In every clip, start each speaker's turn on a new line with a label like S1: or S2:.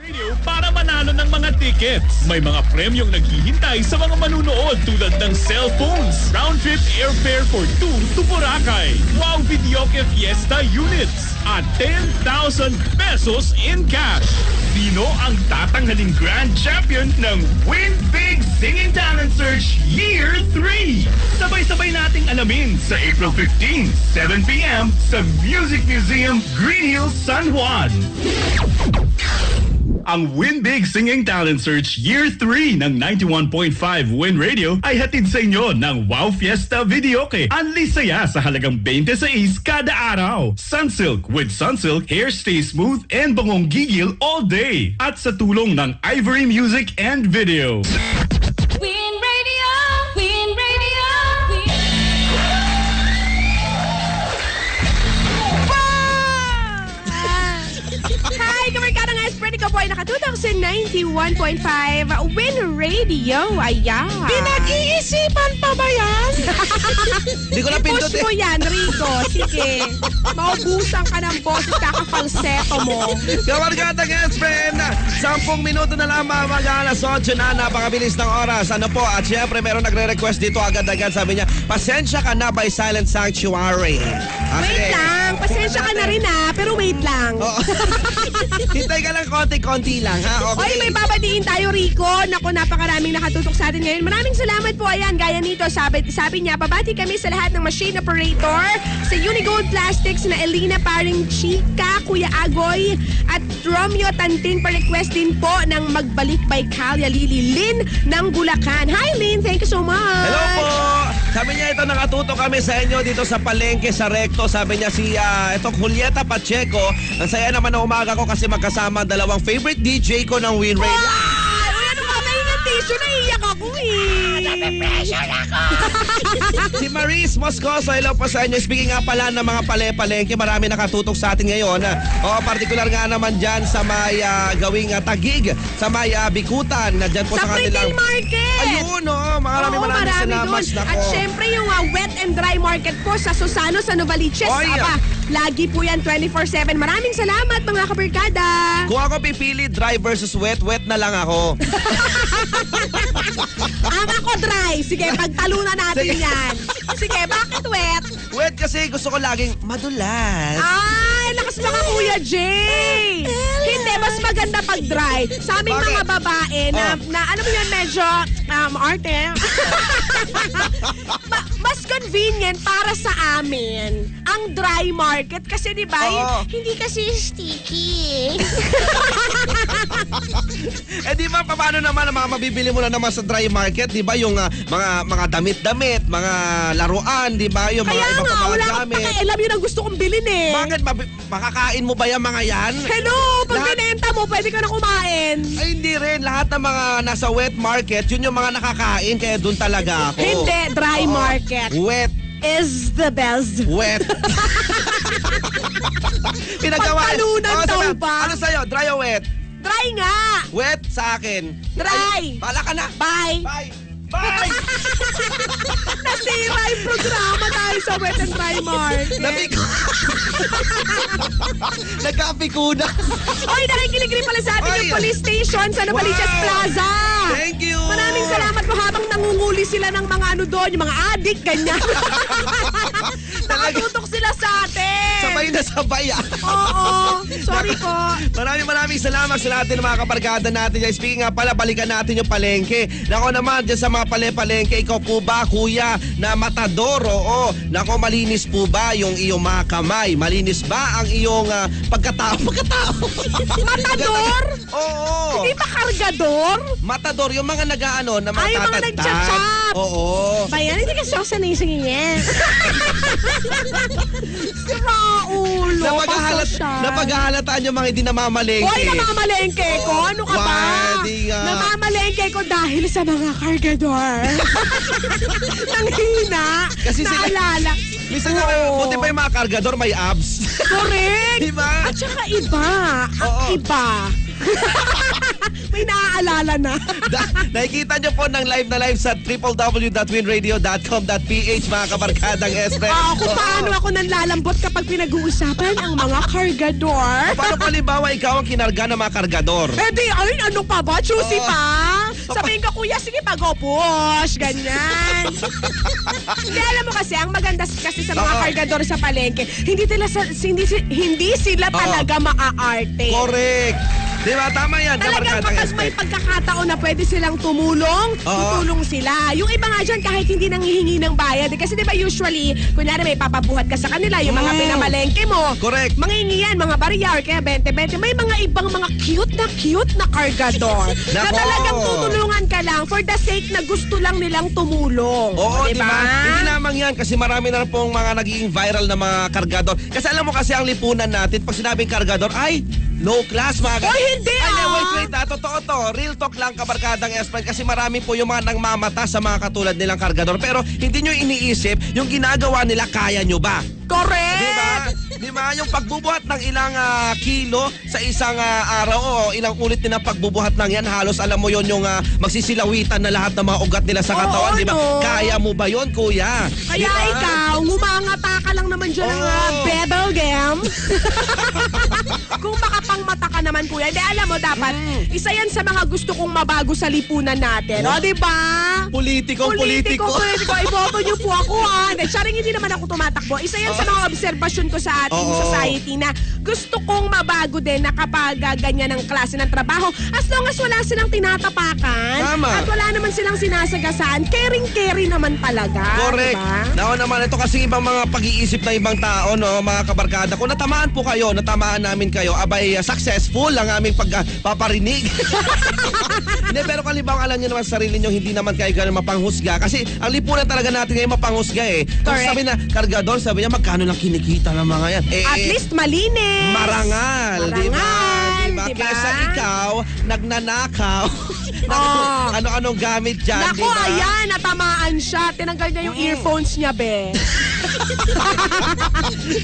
S1: Radio para manalo ng mga tickets. May mga premyong naghihintay sa mga manunood tulad ng cellphones, round-trip airfare for two to Boracay, Wow Videoke Fiesta units, at 10,000 pesos in cash. Sino ang tatanghaling grand champion ng Win Big Singing Talent Search Year 3? Sabay-sabay nating alamin sa April 15, 7pm sa Music Museum, Green Hills, San Juan ang Win Big Singing Talent Search Year 3 ng 91.5 Win Radio ay hatid sa inyo ng Wow Fiesta Videoke. Anli saya sa halagang 26 kada araw. Sunsilk with Sunsilk Hair Stay Smooth and Bangong Gigil all day. At sa tulong ng Ivory Music and Video.
S2: Win Radio, Win Radio, Win.
S3: Ah! Hi! Kamarkada nga, spread ko po ay nakatutok sa 91.5 Win Radio. Ayan.
S4: Pinag-iisipan pa ba yan? Hindi ko na eh.
S3: Push mo
S4: pindutin.
S3: yan, Rico. Sige. Maubusan ka ng boses, kakapalseto mo.
S4: Kabarkada Guest Friend, sampung minuto na lamang mag alas 8 na, napakabilis ng oras. Ano po, at syempre meron nagre-request dito agad-agad, sabi niya, pasensya ka na by Silent Sanctuary.
S3: Wait lang. Pasensya ka na rin ah, pero wait lang.
S4: Oo. Hintay ka lang konti-konti lang, ha?
S3: Oy, may babatiin tayo, Rico. Naku, napakaraming nakatutok sa atin ngayon. Maraming salamat po. Ayan, gaya nito, sabi, sabi niya, babati kami sa lahat ng machine operator, sa Unigold Plastics na Elena Paring Chica, Kuya Agoy, at Romeo Tanting pa request din po ng magbalik by Calya Lili Lin ng Bulacan. Hi, Lin. Thank you so much.
S4: Hello po! Sabi niya ito, nakatuto kami sa inyo dito sa palengke sa Recto. Sabi niya si ah, itong Julieta Pacheco. Ang saya naman na umaga ko kasi magkasama ang dalawang favorite DJ ko ng Win Radio.
S3: Ay, wala nang patay ng tissue. Naiiyak ako
S4: Ah,
S3: eh.
S4: Si Maris Moscoso, hello po sa inyo. Speaking nga pala ng mga pale-palengke, marami nakatutok sa atin ngayon. O, partikular nga naman dyan sa may ah, gawing ah, tagig, sa may ah, bikutan, na dyan po
S3: Sa
S4: sa,
S3: Pritil
S4: kanilang...
S3: Market.
S4: Ayun, oh, marami
S3: Oo,
S4: marami,
S3: marami
S4: salamat.
S3: dun.
S4: Nako.
S3: At syempre yung uh, wet and dry market po sa Susano, sa Novaliches.
S4: Oy.
S3: Aba, lagi po yan 24-7. Maraming salamat mga kabarkada.
S4: Kung ako pipili, dry versus wet, wet na lang ako.
S3: Ang Ah, ako dry. Sige, pagtalunan natin
S4: Sige.
S3: yan. Sige, bakit wet?
S4: Wet kasi gusto ko laging madulas.
S3: Ah. Ay, lakas mga Kuya Jay. Hindi, mas maganda pag dry. Sa aming
S4: Bakit?
S3: mga babae na,
S4: Oh.
S3: na alam mo yun, medyo um, arte. Ma- mas convenient para sa amin ang dry market kasi di ba
S4: Oo.
S3: hin- hindi kasi sticky
S4: Eh di ba, paano naman ang mga mabibili mo na naman sa dry market, di ba? Yung ah, mga mga damit-damit, mga laruan, di ba? Yung
S3: kaya
S4: mga iba
S3: nga
S4: pa mga
S3: wala akong
S4: gamit.
S3: pakialam yun ang gusto kong bilhin eh
S4: Bakit? Mabi- makakain mo ba yung mga yan?
S3: hello pag
S4: Lahat-
S3: binenta mo pwede ka na kumain
S4: Ay, hindi rin. Lahat ng mga nasa wet market, yun yung mga nakakain. Kaya doon talaga ako.
S3: hindi dry
S4: Oo.
S3: market
S4: Wet.
S3: is the best
S4: Wet. Pinagawa.
S3: Pagtalunan
S4: Oo,
S3: daw
S4: sabi-
S3: ba?
S4: Ano sa'yo? Dry o wet?
S3: dry nga
S4: Wet sa akin.
S3: Dry.
S4: Ay, Bala ka na.
S3: bye
S4: Bye. Bye.
S3: Nasira yung programa tayo sa Wet and Dry Market.
S4: Nabiko. Nagkapiko na.
S3: Oy, nakikinig rin pala sa atin
S4: Oy.
S3: yung police station sa Novaliches
S4: Wow. oh.
S3: Plaza.
S4: Thank you.
S3: Maraming salamat po habang nangunguli sila ng mga ano doon, yung mga adik, ganyan. Nakatutok sila sa atin.
S4: Sabay na sabay ah.
S3: Oo, sorry po.
S4: Maraming maraming salamat sa lahat ng mga kapargada natin dyan. Speaking nga pala, balikan natin yung palengke. Nako naman, dyan sa mga pale-palengke, ikaw po ba, kuya, na matador? Oo. Nako, malinis po ba yung iyong mga kamay? Malinis ba ang iyong ah, pagkatao? Pagkatao?
S3: Matador?
S4: Oo.
S3: Hindi ba kargador?
S4: Matador, yung mga nag-ano, na
S3: Ay, yung mga
S4: matatagtag.
S3: nagchat-chat.
S4: Oo.
S3: Bayan, hindi kasi ako sinisingi niya. si Raulo,
S4: Napaghahalat,
S3: pasosyal.
S4: napaghahalataan yung mga hindi namamalengke.
S3: Hoy, namamalengke ko? Ano ka ba?
S4: Pwede nga.
S3: Namamalengke ko dahil sa mga kargador. Nanghina.
S4: Kasi
S3: Kasi
S4: sila-
S3: naalala.
S4: Minsan nga,
S3: Oo.
S4: buti pa yung mga kargador, may abs.
S3: Correct.
S4: Di ba?
S3: At saka iba. Ang
S4: Oo.
S3: iba. May naaalala na.
S4: Da- nakikita nyo po ng live na live sa www.winradio.com.ph mga kabarkadang Este.
S3: Ah, kung
S4: Oo.
S3: paano ako nanlalambot kapag pinag-uusapan ang mga kargador.
S4: Paano kung halimbawa ikaw ang kinarga ng mga kargador?
S3: Eh di, ay, ano pa ba? Juicy
S4: Oo.
S3: pa?
S4: Oh.
S3: Sabihin ko, kuya, sige, pag-opush. Ganyan. hindi, alam mo kasi, ang maganda s- kasi sa mga
S4: Oo.
S3: kargador sa palengke, hindi, sila, hindi, si- hindi sila
S4: Oo.
S3: talaga maaarte.
S4: Correct. Di ba? Tama yan.
S3: Talagang
S4: kabarkadang
S3: kapag
S4: Este.
S3: may pagkakataon na pwede silang tumulong,
S4: Oo.
S3: tutulong sila. Yung iba nga dyan, kahit hindi nanghihingi ng bayad. Eh, Kasi di ba usually, kunyari may papabuhat ka sa kanila, yung mga
S4: Mm.
S3: pinamalengke mo.
S4: Correct.
S3: Mangingi yan, mga barya or kaya 20-20. May mga ibang mga cute na cute na kargador na
S4: Nako.
S3: talagang tutulungan ka lang for the sake na gusto lang nilang tumulong.
S4: Oo,
S3: Di
S4: di ba? Hindi lamang yan kasi marami na pong mga naging viral na mga kargador. Kasi alam mo kasi ang lipunan natin, pag sinabing kargador, ay, low class mga
S3: Oy, hindi,
S4: Ay,
S3: ah.
S4: wait, wait, ah. Totoo to. Real talk lang kabarkadang Esplan kasi marami po yung mga nangmamata sa mga katulad nilang kargador. Pero hindi nyo iniisip yung ginagawa nila, kaya nyo ba?
S3: Correct!
S4: Di ba? Di ba? Yung pagbubuhat ng ilang ah, kilo sa isang ah, araw o ilang ulit nila pagbubuhat ng yan, halos alam mo yon yung ah, magsisilawitan na lahat ng mga ugat nila sa
S3: Oo,
S4: katawan, di ba?
S3: no?
S4: Kaya mo ba yon, kuya?
S3: Kaya
S4: Di ba?
S3: ikaw, ngumangata ka lang naman dyan ng
S4: Diba? Oo.
S3: uh, bebel gam. Kung makapangmata ka naman kuya, hindi alam mo dapat, isa yan sa mga gusto kong mabago sa lipunan natin. O, diba? di ba?
S4: Politikong politiko.
S3: politiko. Iboto niyo po ako ha. Hindi, Sharing, hindi naman ako tumatakbo. Isa yan sa mga obserbasyon ko sa ating
S4: Oo.
S3: society na gusto kong mabago din na kapag ah, ganyan ang klase ng trabaho, as long as wala silang tinatapakan
S4: Tama.
S3: at wala naman silang sinasagasaan, caring-caring naman talaga.
S4: Correct.
S3: diba?
S4: Nako naman, ito kasi ibang mga pag-iisip na ibang tao, no, mga kabarkada. Kung natamaan po kayo, natamaan namin kayo, abay, uh, successful ang aming pagpaparinig. Hindi, pero kalibang alam nyo naman sa sarili nyo, hindi naman kayo ganun mapanghusga. Kasi ang lipunan talaga natin ngayon mapanghusga eh. Kung
S3: Correct.
S4: sabi na, kargador, sabi niya, magkano lang kinikita ng mga yan. Eh,
S3: At
S4: eh,
S3: least malinis.
S4: Marangal, di ba?
S3: Marangal, diba?
S4: Di ba?
S3: di ba?
S4: Kesa ikaw, nagnanakaw.
S3: Oo.
S4: Ano-anong gamit dyan,
S3: Oh.
S4: diba?
S3: Naku,
S4: di ba?
S3: ayan, natamaan siya. Tinanggal niya
S4: Mm.
S3: yung earphones niya, be.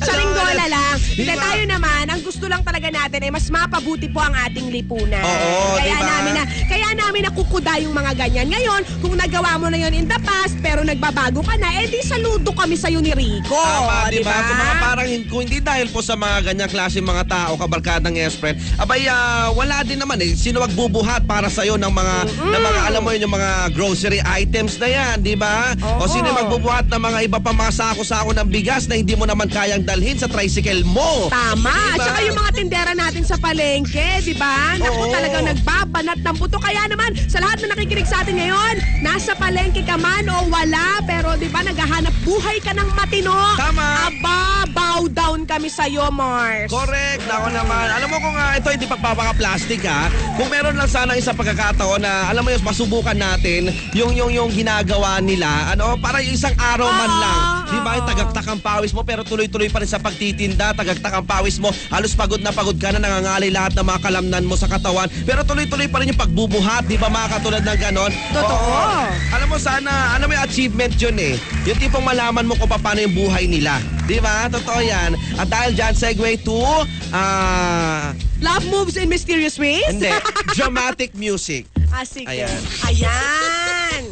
S3: Saringgola lang. Hindi
S4: Diba?
S3: tayo naman, ang gusto lang talaga natin ay mas mapabuti po ang ating lipunan.
S4: Oo,
S3: kaya
S4: diba?
S3: namin na kaya namin nakukuda yung mga ganyan. Ngayon, kung nagawa mo na yon in the past pero nagbabago ka na, edi saludo kami sa ni Rico.
S4: Tama, di
S3: diba?
S4: ba? Kung mga parang hin- kung hindi dahil po sa mga ganyang klase mga tao, kabarkadang espren, abay, ah, wala din naman eh. Sino magbubuhat para sa'yo ng mga, ng mga, alam mo yun, yung mga grocery items na yan, di ba?
S3: Oo.
S4: O sino yung magbubuhat ng mga iba pa mga sako-sako ng bigas na hindi mo naman kayang dalhin sa tricycle mo?
S3: Tama. At
S4: Diba?
S3: saka yung mga tindera natin sa palengke, di ba? Naku,
S4: Oo.
S3: talagang nagbabanat ng buto. Kaya naman, sa lahat na nakikinig sa atin ngayon, nasa palengke ka man o wala, pero di ba, naghahanap buhay ka ng matino.
S4: Tama.
S3: Aba, bow down kami sa'yo, Mars.
S4: Correct. Nako naman. Alam mo kung ah, ito hindi pagpapaka-plastic ha. Kung meron lang sana isang pagkakataon na alam mo yun, masubukan natin yung yung yung ginagawa nila. Ano, para yung isang araw man
S3: Oo,
S4: lang.
S3: oo.
S4: Di ba? Yung Tagaktak ang pawis mo pero tuloy-tuloy pa rin sa pagtitinda. Tagaktak ang pawis mo. Halos pagod na pagod ka na nangangalay lahat ng mga kalamnan mo sa katawan. Pero tuloy-tuloy pa rin yung pagbubuhat. Di ba mga katulad ng ganon?
S3: Totoo.
S4: Oo. Alam mo sana, alam mo yung achievement yun eh. Yung tipong malaman mo kung paano yung buhay nila. Di ba? Totoo yan. At dahil dyan, segue to, ah,
S3: Love moves in mysterious ways?
S4: hindi, dramatic music.
S3: ah, sige.
S4: Ayan.
S3: Ayan.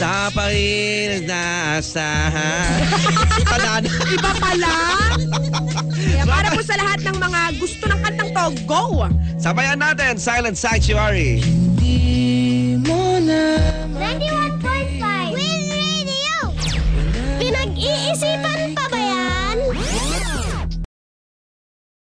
S4: Sa parin na asahan. Talaan.
S3: Iba pala. Kaya para po sa lahat ng mga gusto ng kantang to, go!
S4: Sabayan natin, Silent Sanctuary.
S2: Radio